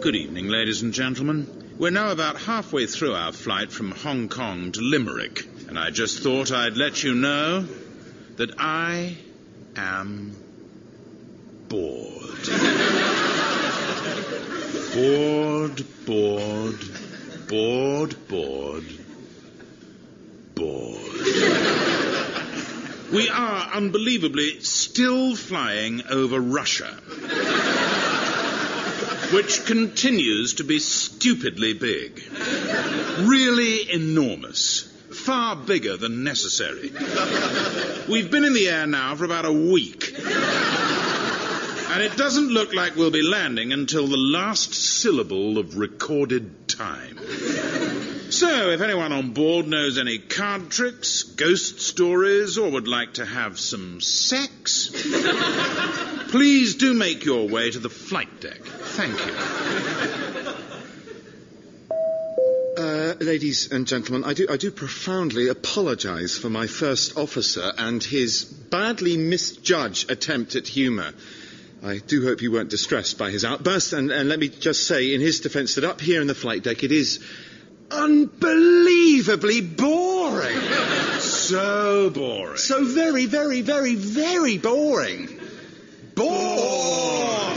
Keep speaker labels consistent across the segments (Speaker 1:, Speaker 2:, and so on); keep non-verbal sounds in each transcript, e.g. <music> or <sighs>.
Speaker 1: Good evening, ladies and gentlemen. We're now about halfway through our flight from Hong Kong to Limerick, and I just thought I'd let you know that I am bored. <laughs> bored, bored, bored, bored, bored. We are unbelievably still flying over Russia, which continues to be stupidly big. Really enormous. Far bigger than necessary. We've been in the air now for about a week. And it doesn't look like we'll be landing until the last syllable of recorded time. So, if anyone on board knows any card tricks, ghost stories, or would like to have some sex, please do make your way to the flight deck. Thank you.
Speaker 2: Uh, ladies and gentlemen, I do, I do profoundly apologise for my first officer and his badly misjudged attempt at humour. I do hope you weren't distressed by his outburst, and, and let me just say, in his defence, that up here in the flight deck, it is unbelievably boring.
Speaker 1: So boring.
Speaker 2: So very, very, very, very boring. Bored!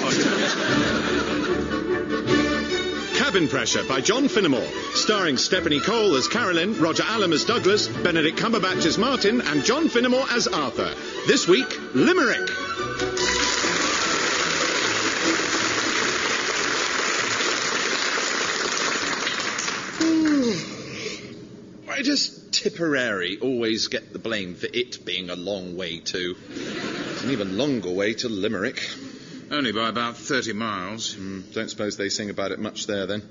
Speaker 2: Cabin Pressure by John Finnemore, starring Stephanie Cole as Carolyn, Roger Allam as Douglas, Benedict Cumberbatch as Martin, and John Finnemore as Arthur. This week, Limerick.
Speaker 3: Why does Tipperary always get the blame for it being a long way to? It's an even longer way to Limerick.
Speaker 1: Only by about 30 miles. Hmm.
Speaker 3: Don't suppose they sing about it much there then.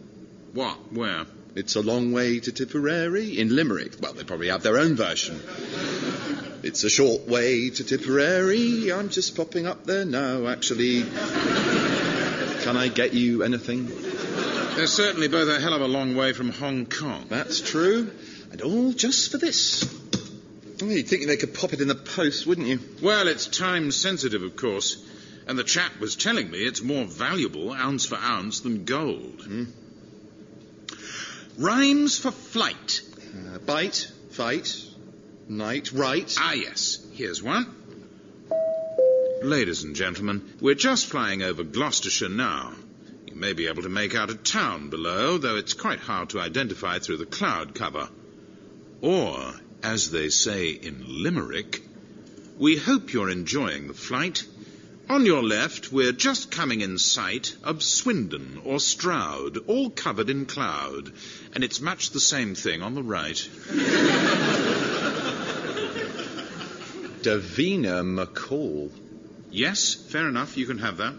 Speaker 1: What? Where?
Speaker 3: It's a long way to Tipperary in Limerick. Well, they probably have their own version. It's a short way to Tipperary. I'm just popping up there now, actually. Can I get you anything?
Speaker 1: They're certainly both a hell of a long way from Hong Kong.
Speaker 3: That's true. And all just for this. Oh, You'd think they could pop it in the post, wouldn't you?
Speaker 1: Well, it's time sensitive, of course. And the chap was telling me it's more valuable ounce for ounce than gold. hmm? Rhymes for flight.
Speaker 3: Uh, bite, fight, night, right.
Speaker 1: Ah, yes. Here's one. Ladies and gentlemen, we're just flying over Gloucestershire now. You may be able to make out a town below, though it's quite hard to identify through the cloud cover. Or, as they say in Limerick, we hope you're enjoying the flight. On your left, we're just coming in sight of Swindon or Stroud, all covered in cloud, and it's much the same thing on the right.
Speaker 3: Davina McCall.
Speaker 1: Yes, fair enough, you can have that.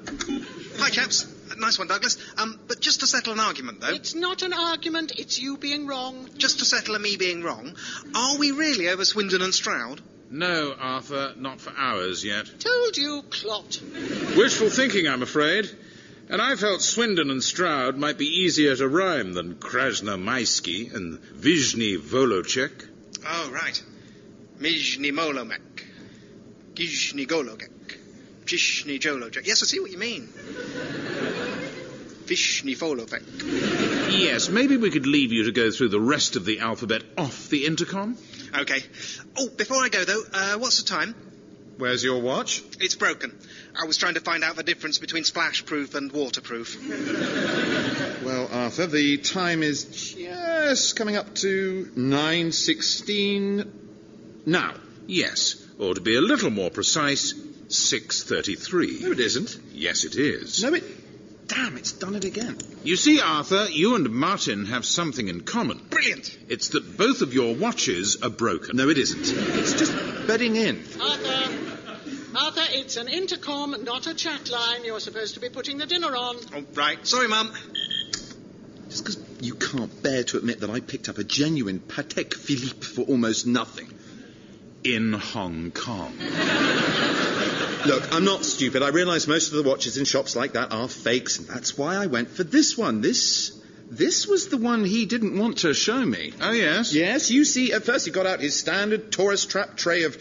Speaker 4: Hi, chaps. Nice one, Douglas. Um, but just to settle an argument, though,
Speaker 5: It's not an argument, it's you being wrong.
Speaker 4: just to settle a me being wrong, are we really over Swindon and Stroud?
Speaker 1: No, Arthur, not for hours yet.
Speaker 5: Told you, clot.
Speaker 1: Wishful thinking, I'm afraid. And I felt Swindon and Stroud might be easier to rhyme than Krasnomaisky and Vizhny Volocek.
Speaker 4: Oh, right. Mizhny Molomek. Gizhny Gologek. Jishny Jolojek. Yes, I see what you mean. Vishny Folovek.
Speaker 1: Yes, maybe we could leave you to go through the rest of the alphabet off the intercom.
Speaker 4: Okay. Oh, before I go, though, uh, what's the time?
Speaker 3: Where's your watch?
Speaker 4: It's broken. I was trying to find out the difference between splash-proof and waterproof.
Speaker 3: Well, Arthur, the time is just coming up to 9.16 now.
Speaker 1: Yes, or to be a little more precise, 6.33.
Speaker 3: No, it isn't.
Speaker 1: Yes, it is.
Speaker 3: No, it... Damn, it's done it again.
Speaker 1: You see, Arthur, you and Martin have something in common.
Speaker 4: Brilliant.
Speaker 1: It's that both of your watches are broken.
Speaker 3: No, it isn't. It's just bedding in.
Speaker 5: Arthur. Arthur, it's an intercom, not a chat line. You're supposed to be putting the dinner on.
Speaker 4: Oh, right. Sorry, Mum.
Speaker 3: Just because you can't bear to admit that I picked up a genuine Patek Philippe for almost nothing.
Speaker 1: In Hong Kong.
Speaker 3: Look, I'm not stupid. I realise most of the watches in shops like that are fakes, and that's why I went for this one. This, this was the one he didn't want to show me.
Speaker 1: Oh, yes?
Speaker 3: Yes, you see, at first he got out his standard tourist trap tray of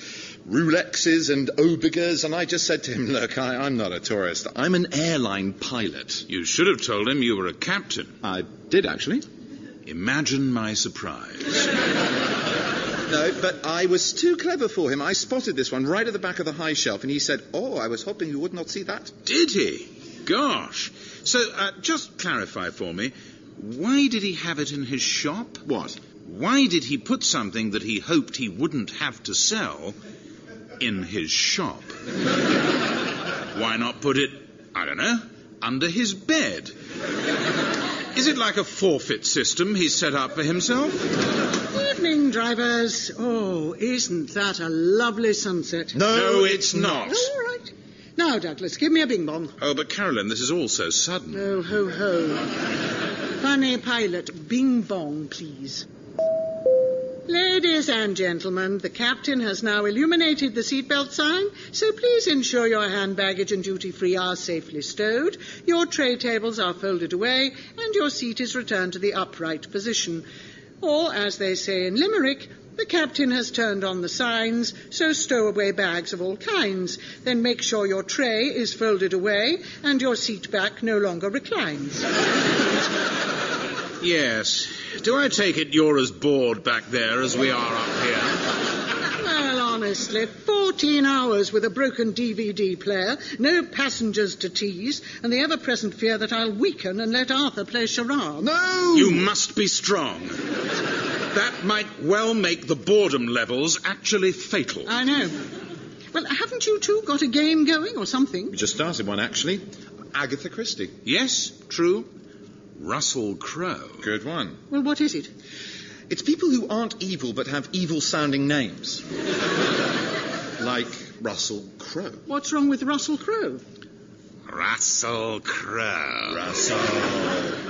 Speaker 3: Rulexes and Obigas, and I just said to him, Look, I, I'm not a tourist. I'm an airline pilot.
Speaker 1: You should have told him you were a captain.
Speaker 3: I did, actually.
Speaker 1: Imagine my surprise.
Speaker 3: No, but I was too clever for him. I spotted this one right at the back of the high shelf, and he said, Oh, I was hoping you would not see that.
Speaker 1: Did he? Gosh. So, uh, just clarify for me why did he have it in his shop?
Speaker 3: What?
Speaker 1: Why did he put something that he hoped he wouldn't have to sell in his shop? <laughs> why not put it, I don't know, under his bed? Is it like a forfeit system he's set up for himself?
Speaker 5: Evening, drivers. Oh, isn't that a lovely sunset?
Speaker 1: No, it's not.
Speaker 5: All right. Now, Douglas, give me a bing bong.
Speaker 1: Oh, but Carolyn, this is all so sudden.
Speaker 5: Oh, ho, ho. Funny pilot, bing bong, please. Ladies and gentlemen, the captain has now illuminated the seatbelt sign, so please ensure your hand baggage and duty free are safely stowed, your tray tables are folded away, and your seat is returned to the upright position. Or, as they say in Limerick, the captain has turned on the signs, so stow away bags of all kinds. Then make sure your tray is folded away and your seat back no longer reclines.
Speaker 1: Yes. Do I take it you're as bored back there as we are up here?
Speaker 5: Well, honestly, 14 hours with a broken DVD player, no passengers to tease, and the ever present fear that I'll weaken and let Arthur play charades.
Speaker 3: No!
Speaker 1: You must be strong. That might well make the boredom levels actually fatal.
Speaker 5: I know. Well, haven't you two got a game going or something?
Speaker 3: We just started one, actually. Agatha Christie.
Speaker 1: Yes, true. Russell Crowe.
Speaker 3: Good one.
Speaker 5: Well, what is it?
Speaker 3: It's people who aren't evil but have evil
Speaker 1: <laughs>
Speaker 3: sounding names. like Russell Crowe.
Speaker 5: What's wrong with Russell Crowe?
Speaker 1: Russell Crowe.
Speaker 3: Russell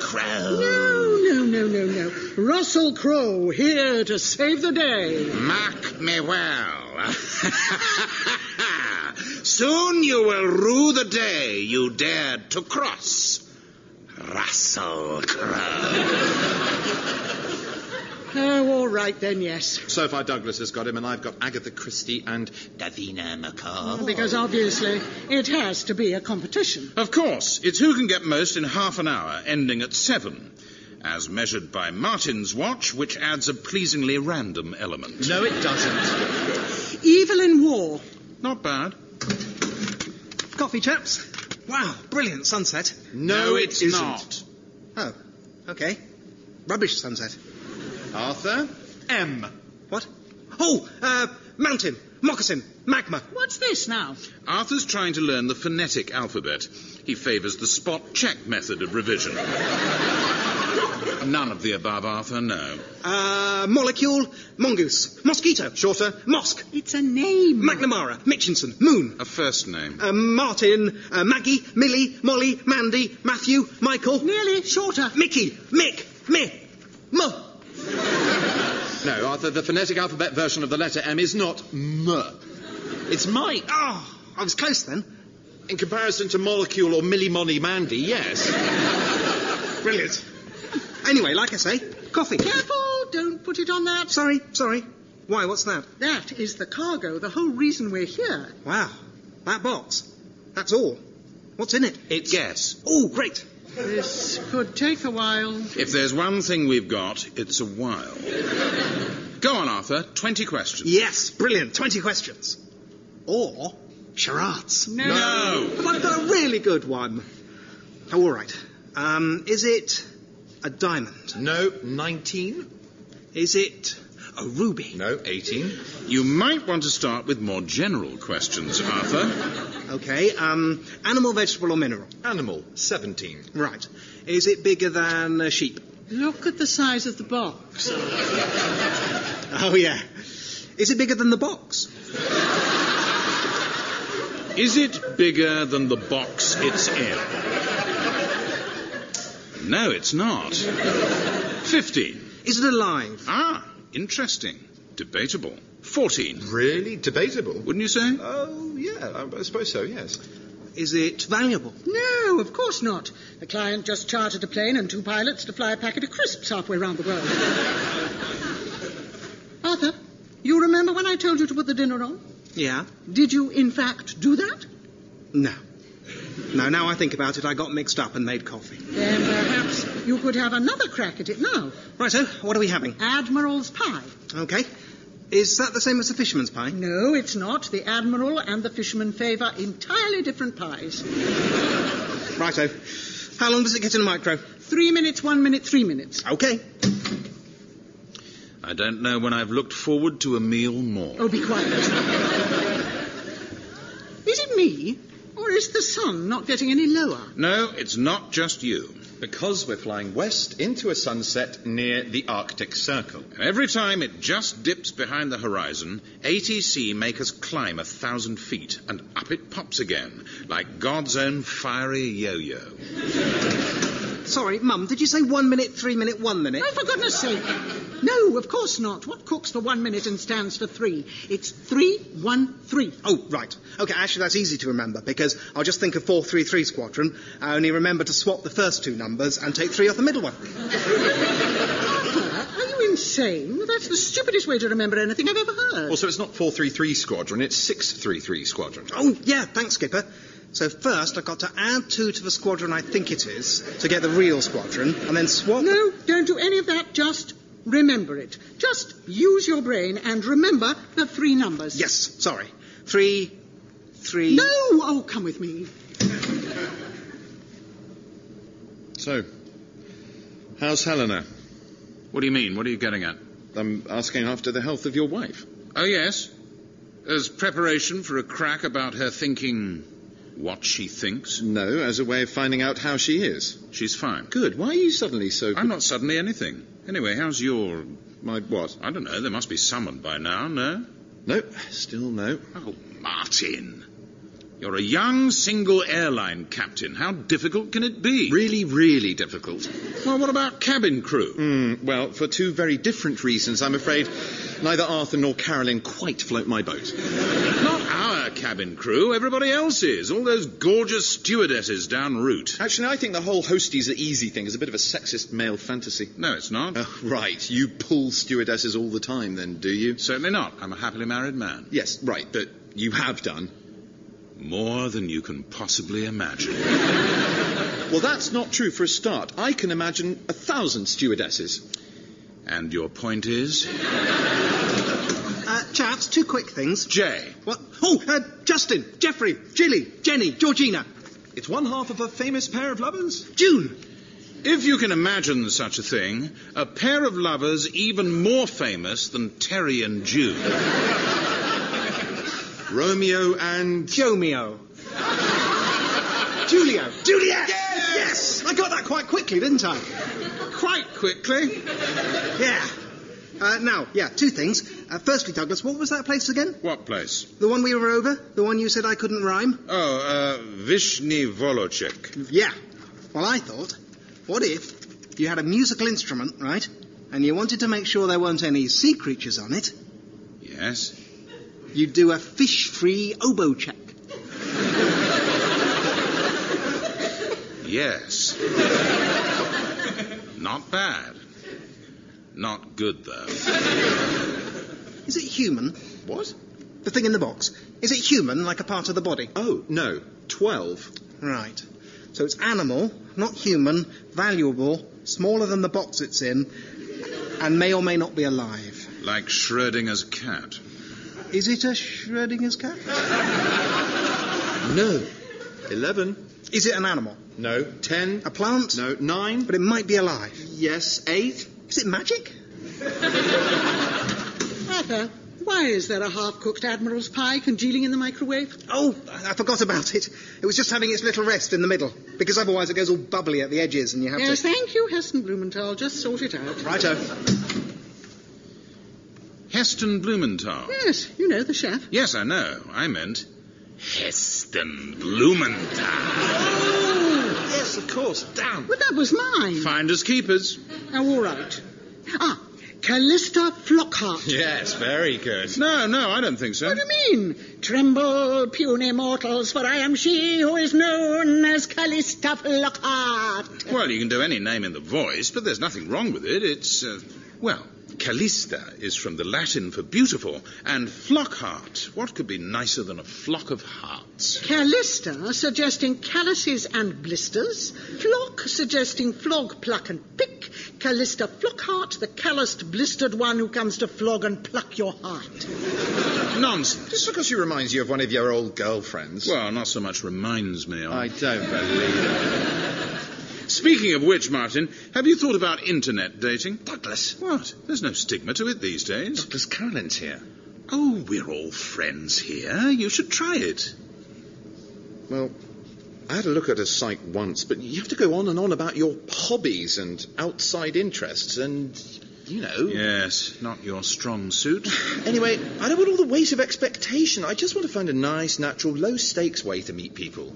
Speaker 3: Crowe.
Speaker 5: No, no, no, no, no. Russell Crowe here to save the day.
Speaker 1: Mark me well. <laughs> Soon you will rue the day you dared to cross Russell Crowe.
Speaker 5: Oh, all right then, yes.
Speaker 3: So far, Douglas has got him, and I've got Agatha Christie and Davina McCall.
Speaker 5: Because obviously it has to be a competition.
Speaker 1: Of course, it's who can get most in half an hour, ending at seven, as measured by Martin's watch, which adds a pleasingly random element.
Speaker 3: No, it doesn't.
Speaker 5: Evil in war.
Speaker 1: Not bad.
Speaker 4: Coffee, chaps. Wow, brilliant sunset.
Speaker 1: No, it's not.
Speaker 4: Oh, okay. Rubbish sunset.
Speaker 3: Arthur?
Speaker 4: M. What? Oh, uh, mountain, moccasin, magma.
Speaker 5: What's this now?
Speaker 1: Arthur's trying to learn the phonetic alphabet. He favours the spot check method of revision. None of the above, Arthur, no.
Speaker 4: Uh, molecule, mongoose, mosquito,
Speaker 3: Shorter?
Speaker 4: mosque,
Speaker 5: It's a name.
Speaker 4: McNamara, Mitchinson, moon.
Speaker 1: A first name.
Speaker 4: Uh, Martin, uh, Maggie, Millie, Molly, Mandy, Matthew, Michael,
Speaker 5: Nearly shorter.
Speaker 4: Mickey, Mick, Me, Mo.
Speaker 3: No, Arthur, the phonetic alphabet version of the letter M is not M. It's Mike.
Speaker 4: Oh, I was close then.
Speaker 3: In comparison to molecule or millimony mandy, yes.
Speaker 4: Brilliant. Anyway, like I say, coffee.
Speaker 5: Careful, don't put it on that.
Speaker 4: Sorry, sorry. Why, what's that?
Speaker 5: That is the cargo, the whole reason we're here.
Speaker 4: Wow, that box. That's all. What's in it?
Speaker 1: It's guess.
Speaker 4: Oh, great.
Speaker 5: This could take a while.
Speaker 1: If there's one thing we've got, it's a while. Go on, Arthur. Twenty questions.
Speaker 4: Yes, brilliant. 20 questions. Or charades.
Speaker 5: No.
Speaker 1: No.
Speaker 4: But I've got a really good one. Oh, all right. Um, is it a diamond?
Speaker 3: No, 19.
Speaker 4: Is it a ruby?
Speaker 3: No, 18.
Speaker 1: You might want to start with more general questions, Arthur.
Speaker 4: Okay. Um, animal, vegetable, or mineral?
Speaker 3: Animal, 17.
Speaker 4: Right. Is it bigger than a sheep?
Speaker 5: Look at the size of the box.
Speaker 4: Oh, yeah. Is it bigger than the box?
Speaker 1: Is it bigger than the box it's in? No, it's not. Fifteen.
Speaker 4: Is it alive?
Speaker 1: Ah, interesting. Debatable. Fourteen.
Speaker 3: Really? Debatable?
Speaker 1: Wouldn't you say?
Speaker 3: Oh, yeah, I, I suppose so, yes.
Speaker 4: Is it valuable?
Speaker 5: No, of course not. The client just chartered a plane and two pilots to fly a packet of crisps halfway round the world. Arthur, you remember when I told you to put the dinner on?
Speaker 4: Yeah?
Speaker 5: Did you, in fact, do that?
Speaker 4: No. No, now I think about it, I got mixed up and made coffee.
Speaker 5: Then perhaps you could have another crack at it now.
Speaker 4: Right, so what are we having?
Speaker 5: Admiral's pie.
Speaker 4: Okay. Is that the same as the fisherman's pie?
Speaker 5: No, it's not. The Admiral and the fisherman favour entirely different pies.
Speaker 4: Righto. How long does it get in a micro?
Speaker 5: Three minutes, one minute, three minutes.
Speaker 4: Okay.
Speaker 1: I don't know when I've looked forward to a meal more.
Speaker 5: Oh, be quiet. is it me? Or is the sun not getting any lower?
Speaker 1: No, it's not just you.
Speaker 6: Because we're flying west into a sunset near the Arctic Circle.
Speaker 1: And every time it just dips behind the horizon, ATC make us climb a thousand feet, and up it pops again, like God's own fiery yo-yo.
Speaker 4: Sorry, Mum, did you say one minute, three minute, one minute?
Speaker 5: Oh, for goodness sake. No, of course not. What cooks for one minute and stands for three? It's three, one, three.
Speaker 4: Oh, right. Okay, actually, that's easy to remember because I'll just think of 433 Squadron. I only remember to swap the first two numbers and take three off the middle one.
Speaker 5: Arthur, are you insane? That's the stupidest way to remember anything I've ever heard.
Speaker 6: Also, it's not 433 Squadron, it's 633 Squadron.
Speaker 4: Oh, yeah, thanks, Skipper. So first, I've got to add two to the squadron I think it is to get the real squadron, and then swap.
Speaker 5: No, don't do any of that. Just remember it. Just use your brain and remember the three numbers.
Speaker 4: Yes, sorry. Three, three.
Speaker 5: No! Oh, come with me.
Speaker 3: So, how's Helena?
Speaker 1: What do you mean? What are you getting at?
Speaker 3: I'm asking after the health of your wife.
Speaker 1: Oh, yes. As preparation for a crack about her thinking what she thinks,
Speaker 3: No, as a way of finding out how she is.
Speaker 1: she's fine.
Speaker 3: Good. Why are you suddenly so.
Speaker 1: I'm not suddenly anything. Anyway, how's your.
Speaker 3: My what?
Speaker 1: I don't know, there must be summoned by now, no?
Speaker 3: No, still no.
Speaker 1: Oh, Martin. You're a young single airline captain. How difficult can it be?
Speaker 6: Really, really difficult.
Speaker 1: Well, what about cabin crew?
Speaker 3: Mm, well, for two very different reasons, I'm afraid neither Arthur nor Carolyn quite float my boat.
Speaker 1: Not our cabin crew, everybody else's. All those gorgeous stewardesses down route.
Speaker 3: Actually, I think the whole hosties are easy thing is a bit of a sexist male fantasy.
Speaker 1: No, it's not.
Speaker 3: Oh, right. You pull stewardesses all the time, then, do you?
Speaker 1: Certainly not. I'm a happily married man.
Speaker 3: Yes, right, but you have done.
Speaker 1: More than you can possibly imagine.
Speaker 3: Well, that's not true for a start. I can imagine a thousand stewardesses.
Speaker 1: And your point is?
Speaker 4: Uh, chaps, two quick things.
Speaker 1: Jay.
Speaker 4: What? Oh, uh, Justin, Jeffrey, Jilly, Jenny, Georgina,
Speaker 6: It's one half of a famous pair of lovers.
Speaker 4: June.
Speaker 1: If you can imagine such a thing, a pair of lovers even more famous than Terry and June.
Speaker 3: <laughs> Romeo and.
Speaker 4: Jomeo. <laughs> Julio. Juliet! Yes! I got that quite quickly, didn't I?
Speaker 1: Quite quickly.
Speaker 4: Yeah. Uh, now, yeah, two things. Uh, firstly, Douglas, what was that place again?
Speaker 1: What place?
Speaker 4: The one we were over? The one you said I couldn't rhyme?
Speaker 1: Oh, uh, Vishny Volocek.
Speaker 4: Yeah. Well, I thought, what if you had a musical instrument, right? And you wanted to make sure there weren't any sea creatures on it.
Speaker 1: Yes.
Speaker 4: You'd do a fish-free oboe check.
Speaker 1: Yes. <laughs> Not bad. Not good, though.
Speaker 4: Is it human?
Speaker 3: What?
Speaker 4: The thing in the box. Is it human, like a part of the body?
Speaker 3: Oh, no. Twelve.
Speaker 4: Right. So it's animal, not human, valuable, smaller than the box it's in, and may or may not be alive.
Speaker 1: Like Schrodinger's cat.
Speaker 4: Is it a Schrodinger's cat?
Speaker 3: No. Eleven.
Speaker 4: Is it an animal?
Speaker 3: No. Ten.
Speaker 4: A plant?
Speaker 3: No. Nine.
Speaker 4: But it might be alive.
Speaker 3: Yes. Eight.
Speaker 4: Is it magic?
Speaker 5: Arthur, why is there a half cooked Admiral's pie congealing in the microwave?
Speaker 4: Oh, I I forgot about it. It was just having its little rest in the middle, because otherwise it goes all bubbly at the edges and you have
Speaker 5: Yes,
Speaker 4: to.
Speaker 5: thank you, Heston Blumenthal. Just sort it out.
Speaker 4: Righto.
Speaker 1: Heston Blumenthal.
Speaker 5: Yes, you know the chef.
Speaker 1: Yes, I know. I meant Heston Blumenthal.
Speaker 6: Yes, of course. Damn.
Speaker 5: Well, that was mine.
Speaker 1: Finders keepers.
Speaker 5: Oh, all right. Ah, Callista Flockhart.
Speaker 6: Yes, very good.
Speaker 1: No, no, I don't think so.
Speaker 5: What do you mean? Tremble, puny mortals, for I am she who is known as Callista Flockhart.
Speaker 1: Well, you can do any name in the voice, but there's nothing wrong with it. It's, uh, well, Callista is from the Latin for beautiful, and flockhart. What could be nicer than a flock of hearts?
Speaker 5: Callista suggesting calluses and blisters. Flock suggesting flog, pluck, and pick. Callista Flockheart, the calloused, blistered one who comes to flog and pluck your heart.
Speaker 1: Nonsense.
Speaker 3: Just because she reminds you of one of your old girlfriends.
Speaker 1: Well, not so much reminds me
Speaker 6: Ah,
Speaker 1: of.
Speaker 3: I don't believe it.
Speaker 1: Speaking of which, Martin, have you thought about internet dating?
Speaker 3: Douglas.
Speaker 1: What? There's no stigma to it these days.
Speaker 3: Douglas Carolyn's here.
Speaker 1: Oh, we're all friends here. You should try it.
Speaker 3: Well, I had a look at a site once, but you have to go on and on about your hobbies and outside interests and, you know.
Speaker 1: Yes, not your strong suit.
Speaker 3: Anyway, I don't want all the weight of expectation. I just want to find a nice, natural, low stakes way to meet people.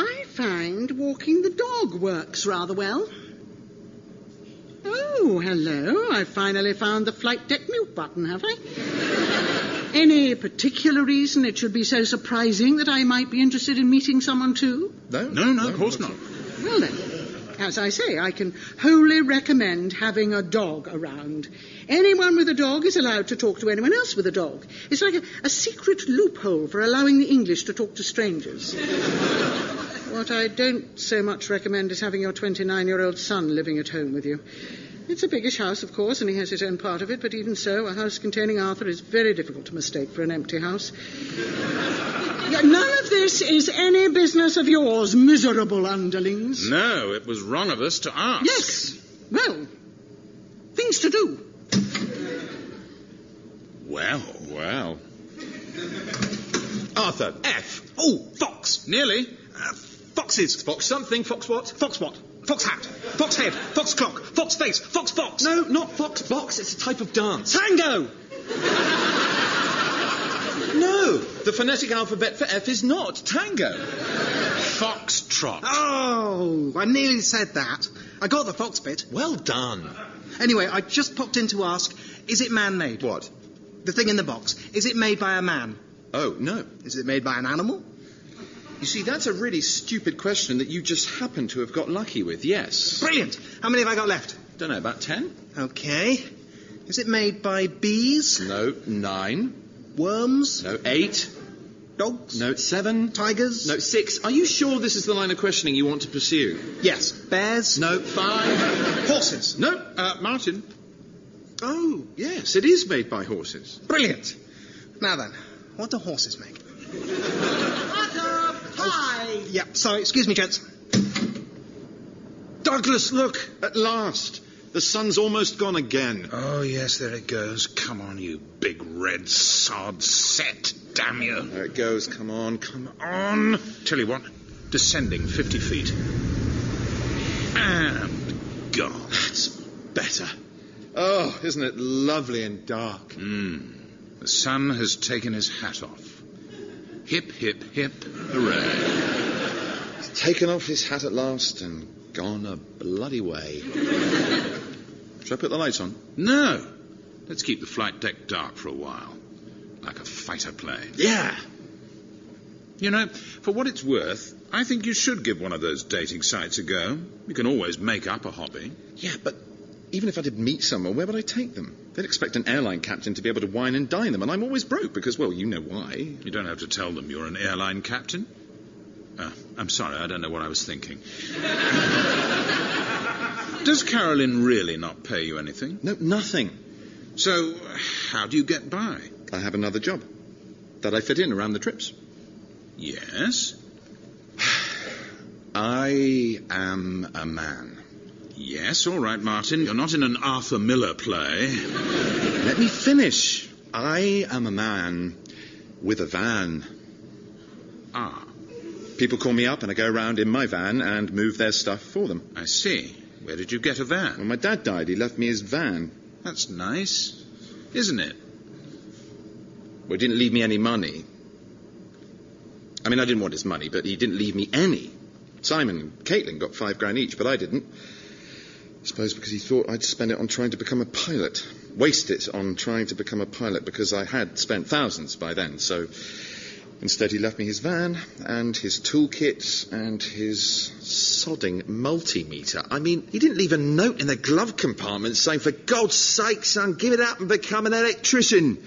Speaker 5: I find walking the dog works rather well. Oh, hello. I finally found the flight deck mute button, have I? Any particular reason it should be so surprising that I might be interested in meeting someone too?
Speaker 3: No?
Speaker 1: No, no, of course not.
Speaker 5: Well then, as I say, I can wholly recommend having a dog around. Anyone with a dog is allowed to talk to anyone else with a dog. It's like a, a secret loophole for allowing the English to talk to strangers. What I don't so much recommend is having your 29 year old son living at home with you. It's a biggish house, of course, and he has his own part of it, but even so, a house containing Arthur is very difficult to mistake for an empty house. <laughs> Yeah, None of this is any business of yours, miserable underlings.
Speaker 1: No, it was wrong of us to ask.
Speaker 5: Yes, well, things to do.
Speaker 1: Well,
Speaker 3: Wow. Arthur,
Speaker 7: F. Oh, fox.
Speaker 1: nearly.
Speaker 7: Uh, foxes. Fox something. Fox what? Fox what? Fox hat. Fox head. Fox clock. Fox face. Fox box. No, not fox box. It's a type of dance. Tango.
Speaker 3: No, the phonetic alphabet for F is not tango.
Speaker 1: Foxtrot.
Speaker 4: Oh, I nearly said that. I got the fox bit.
Speaker 7: Well done.
Speaker 4: Anyway, I just popped in to ask, is it man-made?
Speaker 3: What?
Speaker 4: The thing in the box. Is it made by a man?
Speaker 3: Oh, no.
Speaker 4: Is it made by an animal?
Speaker 3: You see, that's a really stupid question that you just happen to have got lucky with, yes.
Speaker 4: Brilliant. How many have I got left?
Speaker 3: Don't know, about ten?
Speaker 4: Okay. Is it made by bees?
Speaker 3: No, nine.
Speaker 4: Worms?
Speaker 3: No, eight.
Speaker 4: Dogs?
Speaker 3: No, seven.
Speaker 4: Tigers?
Speaker 3: No, six. Are you sure this is the line of questioning you want to pursue?
Speaker 4: Yes. Bears?
Speaker 3: No, five.
Speaker 4: Horses?
Speaker 3: No, uh, Martin.
Speaker 4: Oh,
Speaker 3: Yes, it is made by horses.
Speaker 4: brilliant. Now then, what do horses make? Oh,
Speaker 5: Butterfly!
Speaker 4: Yeah, sorry, excuse me, gents.
Speaker 3: Douglas, look! At last! The sun's almost gone again.
Speaker 1: Oh, yes, there it goes. Come on, you big red sod set. Damn you.
Speaker 3: There it goes. Come on, come on.
Speaker 1: On. Tell you what, descending 50 feet. And gone.
Speaker 3: That's better. Oh, isn't it lovely and dark?
Speaker 1: The sun has taken his hat off. Hip, hip, hip. Hooray.
Speaker 3: Taken off his hat at last and gone a bloody <laughs> way. Shall I put the lights on?
Speaker 1: No. Let's keep the flight deck dark for a while. Like a fighter plane.
Speaker 3: Yeah.
Speaker 1: You know, for what it's worth, I think you should give one of those dating sites a go. You can always make up a hobby.
Speaker 3: Yeah, but even if I did meet someone, where would I take them? They'd expect an airline captain to be able to wine and dine them, and I'm always broke because, well, you know why.
Speaker 1: You don't have to tell them you're an airline captain. Uh, I'm sorry, I don't know what I was
Speaker 3: <laughs>
Speaker 1: thinking. Does Carolyn really not pay you anything?
Speaker 3: No, nothing.
Speaker 1: So, how do you get by?
Speaker 3: I have another job that I fit in around the trips.
Speaker 1: Yes,
Speaker 3: <sighs> I am a man.
Speaker 1: yes, all right, Martin. You're not in an Arthur Miller play.
Speaker 3: Let me finish. I am a man with a van.
Speaker 1: Ah,
Speaker 3: People call me up and I go around in my van and move their stuff for them.
Speaker 1: I see. Where did you get a van?
Speaker 3: When my dad died, he left me his van.
Speaker 1: That's nice, isn't it?
Speaker 3: Well, he didn't leave me any money. I mean, I didn't want his money, but he didn't leave me any. Simon and Caitlin got five grand each, but I didn't. I suppose because he thought I'd spend it on trying to become a pilot. Waste it on trying to become a pilot because I had spent thousands by then, so Instead, he left me his van and his toolkit and his
Speaker 6: Sodding multimeter. I mean, he didn't leave a note in the glove compartment saying, for God's sake, son, give it up and become an electrician.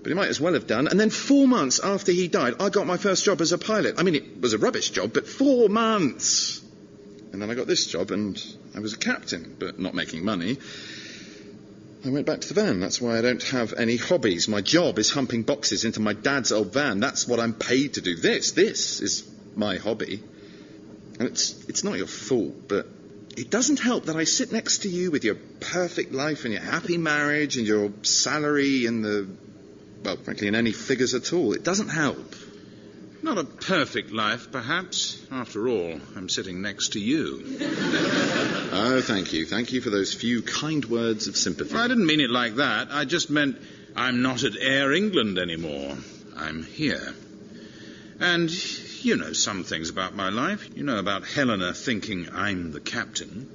Speaker 3: But he might as well have done. And then four months after he died, I got my first job as a pilot. I mean, it was a rubbish job, but four months. And then I got this job, and I was a captain, but not making money. I went back to the van. That's why I don't have any hobbies. My job is humping boxes into my dad's old van. That's what I'm paid to do. This, this is my hobby. And it's, it's not your fault, but it doesn't help that I sit next to you with your perfect life and your happy marriage and your salary and the, well, frankly, in any figures at all. It doesn't help.
Speaker 1: Not a perfect life, perhaps. After all, I'm sitting next to you.
Speaker 3: Oh, thank you. Thank you for those few kind words of sympathy.
Speaker 1: Well, I didn't mean it like that. I just meant I'm not at Air England anymore. I'm here. And you know some things about my life. You know about Helena thinking I'm the captain.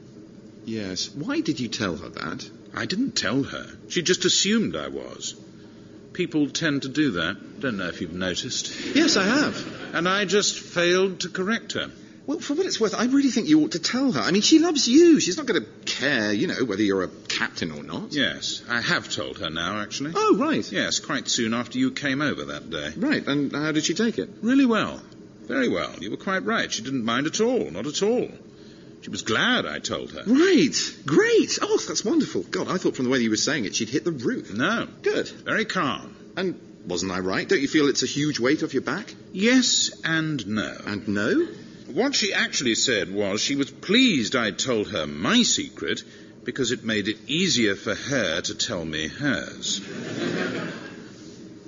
Speaker 3: Yes. Why did you tell her that?
Speaker 1: I didn't tell her. She just assumed I was. People tend to do that. Don't know if you've noticed.
Speaker 3: Yes, I have.
Speaker 1: And I just failed to correct her.
Speaker 3: Well, for what it's worth, I really think you ought to tell her. I mean, she loves you. She's not going to care, you know, whether you're a captain or not.
Speaker 1: Yes, I have told her now, actually.
Speaker 3: Oh, right.
Speaker 1: Yes, quite soon after you came over that day.
Speaker 3: Right. And how did she take it?
Speaker 1: Really well. Very well. You were quite right. She didn't mind at all. Not at all. She was glad I told her.
Speaker 3: Right. Great. Oh, that's wonderful. God, I thought from the way you were saying it, she'd hit the roof.
Speaker 1: No.
Speaker 3: Good.
Speaker 1: Very calm.
Speaker 3: And wasn't I right? Don't you feel it's a huge weight off your back?
Speaker 1: Yes and no.
Speaker 3: And no?
Speaker 1: What she actually said was she was pleased I'd told her my secret because it made it easier for her to tell me hers.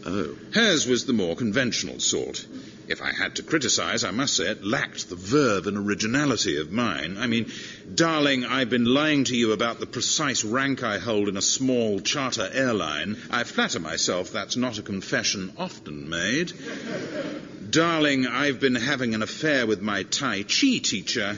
Speaker 3: Oh.
Speaker 1: Hers was the more conventional sort. If I had to criticize, I must say it lacked the verve and originality of mine. I mean, darling, I've been lying to you about the precise rank I hold in a small charter airline. I flatter myself that's not a confession often made. darling, I've been having an affair with my Tai Chi teacher.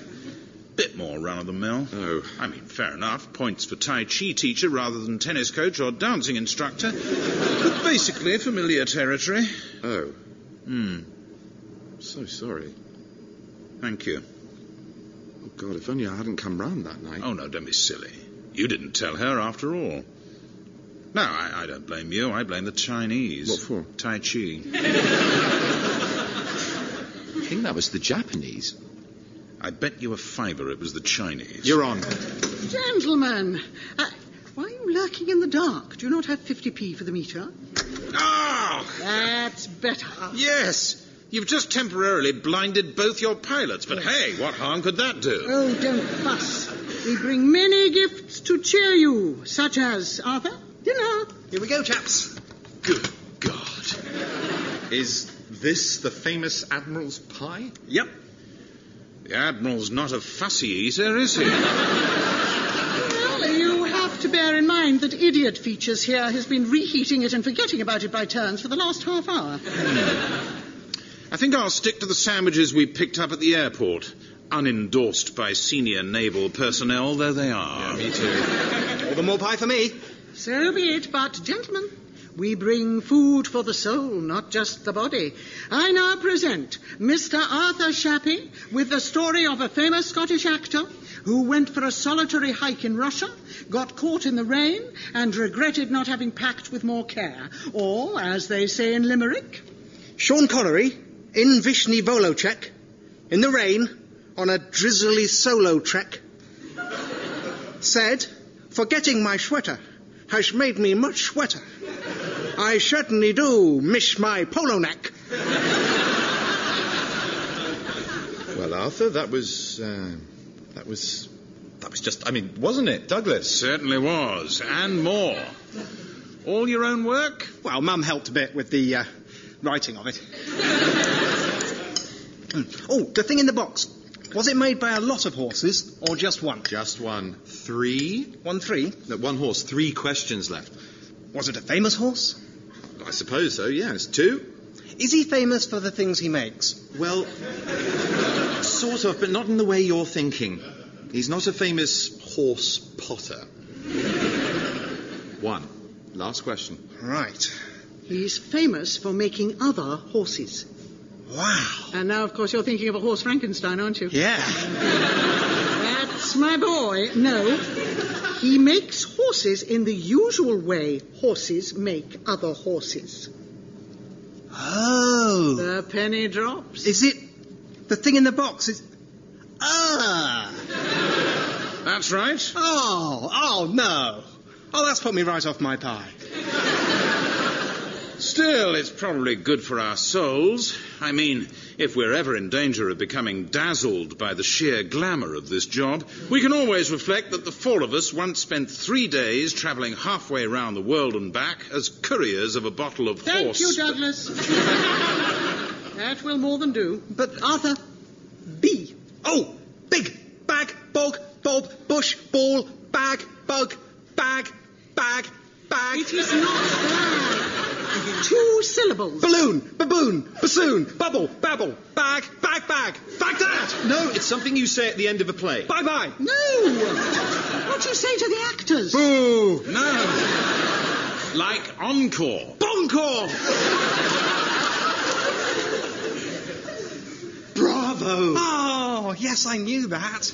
Speaker 1: Bit more run of the mill.
Speaker 3: Oh.
Speaker 1: I mean, fair enough. Points for Tai Chi teacher rather than tennis coach or dancing instructor. but basically, familiar territory.
Speaker 3: Oh.
Speaker 1: Hmm.
Speaker 3: So sorry.
Speaker 1: Thank you.
Speaker 3: Oh, God, if only I hadn't come round that night.
Speaker 1: Oh, no, don't be silly. You didn't tell her after all. No, I, I don't blame you. I blame the Chinese.
Speaker 3: What for?
Speaker 1: Tai Chi.
Speaker 6: I think that was the Japanese.
Speaker 1: I bet you a fiver it was the Chinese.
Speaker 3: You're on.
Speaker 5: Gentlemen, uh, why are you lurking in the dark? Do you not have 50p for the meter?
Speaker 1: Ah!
Speaker 5: That's better.
Speaker 1: Yes! You've just temporarily blinded both your pilots, but hey, what harm could that do?
Speaker 5: Oh, don't fuss. We bring many gifts to cheer you, such as, Arthur, dinner.
Speaker 4: Here we go, chaps.
Speaker 6: Good God.
Speaker 3: Is this the famous Admiral's pie?
Speaker 1: Yep. The Admiral's not a fussy eater, is he?
Speaker 5: Well, you have to bear in mind that Idiot Features here has been reheating it and forgetting about it by turns for the last half hour.
Speaker 1: I think I'll stick to the sandwiches we picked up at the airport, unendorsed by senior naval personnel though they are.
Speaker 3: Me too.
Speaker 4: All the more pie for me.
Speaker 5: So be it, but gentlemen, we bring food for the soul, not just the body. I now present Mr. Arthur Shappy with the story of a famous Scottish actor who went for a solitary hike in Russia, got caught in the rain, and regretted not having packed with more care. Or, as they say in Limerick,
Speaker 4: Sean Connery in Vishni Volocek in the rain on a drizzly solo trek said, Forgetting my sweater has made me much sweater. I certainly do miss my polo neck.
Speaker 3: Well, Arthur, that was. Uh, that was. That was just. I mean, wasn't it, Douglas?
Speaker 1: Certainly was, and more. All your own work?
Speaker 4: Well, Mum helped a bit with the uh, writing of it. <laughs> oh, the thing in the box. Was it made by a lot of horses or just one?
Speaker 3: Just one. Three?
Speaker 4: One three.
Speaker 3: No, one horse, three questions left.
Speaker 4: Was it a famous horse?
Speaker 3: I suppose so, yes. Two?
Speaker 4: Is he famous for the things he makes?
Speaker 3: Well, sort of, but not in the way you're thinking. He's not a famous horse potter. One. Last question.
Speaker 4: Right.
Speaker 5: he's famous for making other horses.
Speaker 4: Wow.
Speaker 5: And now, of course, you're thinking of a horse Frankenstein, aren't you?
Speaker 4: Yeah.
Speaker 5: That's my boy. No. He makes horses in the usual way horses make other horses.
Speaker 4: Oh.
Speaker 5: The penny drops.
Speaker 4: Is it the thing in the box? Is ah.
Speaker 1: That's right.
Speaker 4: Oh. Oh no. Oh, that's put me right off my pie.
Speaker 1: Still, it's probably good for our souls. I mean, if we're ever in danger of becoming dazzled by the sheer glamour of this job, we can always reflect that the four of us once spent three days travelling halfway round the world and back as couriers of a bottle of
Speaker 5: Thank
Speaker 1: horse.
Speaker 5: you, Douglas. that will more than do.
Speaker 4: But Arthur, B. Oh, big bag, bog, bob, bush, ball, bag, bug, bag, bag, bag.
Speaker 5: It is not bad. Two syllables.
Speaker 4: Balloon, baboon, bassoon, bubble, babble, bag, bag, bag, Baghdad.
Speaker 6: No, it's something you say at the end of a play.
Speaker 4: Bye bye.
Speaker 5: No! What do you say to the actors?
Speaker 4: Boo.
Speaker 1: No. Like encore.
Speaker 4: Boncore.
Speaker 6: Bravo!
Speaker 4: Oh, yes, I knew that.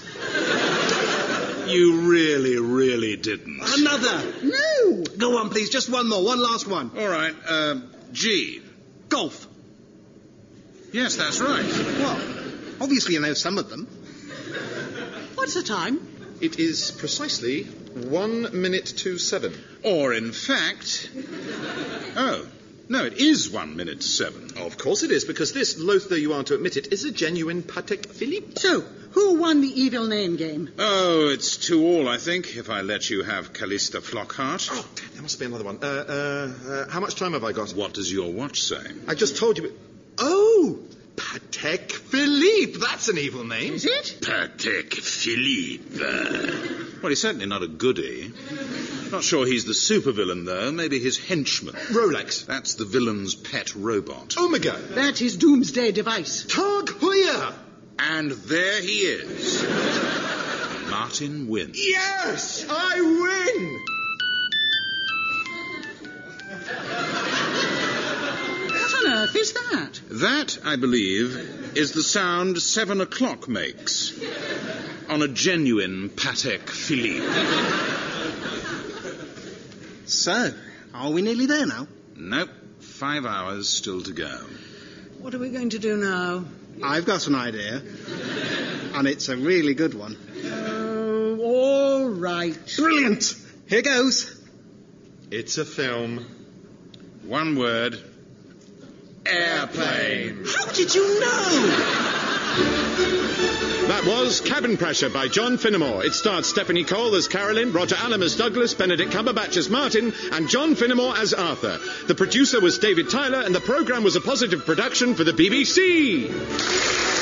Speaker 1: You really, really didn't.
Speaker 4: Another.
Speaker 5: No!
Speaker 4: Go on, please. Just one more. One last one.
Speaker 1: All right. Um, G.
Speaker 4: Golf.
Speaker 1: Yes, that's right.
Speaker 4: Well, obviously, you know some of them.
Speaker 5: What's the time?
Speaker 3: It is precisely one minute to seven.
Speaker 1: Or in fact, oh no, it is one minute to seven.
Speaker 3: Of course it is, because this, loath though you are to admit it, is a genuine Patek Philippe.
Speaker 5: So, who won the evil name game?
Speaker 1: Oh, it's two all, I think. If I let you have Callista Flockhart,
Speaker 3: Oh, damn, there must be another one. Uh, uh, uh, how much time have I got?
Speaker 1: what does your watch say?
Speaker 3: I just told you. Oh, Patek Philippe. That's an evil name.
Speaker 5: Is it?
Speaker 1: Patek Philippe. Well, he's certainly not a goody. Not sure he's the supervillain though. Maybe his henchman.
Speaker 3: Rolex.
Speaker 1: That's the villain's pet robot.
Speaker 3: Omega.
Speaker 5: That is Doomsday device.
Speaker 3: Tag Heuer.
Speaker 1: And there he is. Martin Wynne.
Speaker 3: Yes, I win.
Speaker 5: What on earth is that?
Speaker 1: That, I believe, is the sound seven o'clock makes on a genuine Patek Philippe.
Speaker 4: So, are we nearly there now?
Speaker 1: Nope, five hours still to go.
Speaker 5: What are we going to do now?
Speaker 4: I've got an idea, and it's a really good one.
Speaker 5: Oh, all right.
Speaker 4: Brilliant. Here goes.
Speaker 3: It's a film.
Speaker 1: One word airplane.
Speaker 4: How did you know?
Speaker 6: That was Cabin Pressure by John Finnemore. It starred Stephanie Cole as Carolyn, Roger Allam as Douglas, Benedict Cumberbatch as Martin, and John Finnemore as Arthur. The producer was David Tyler, and the programme was a positive production for the BBC.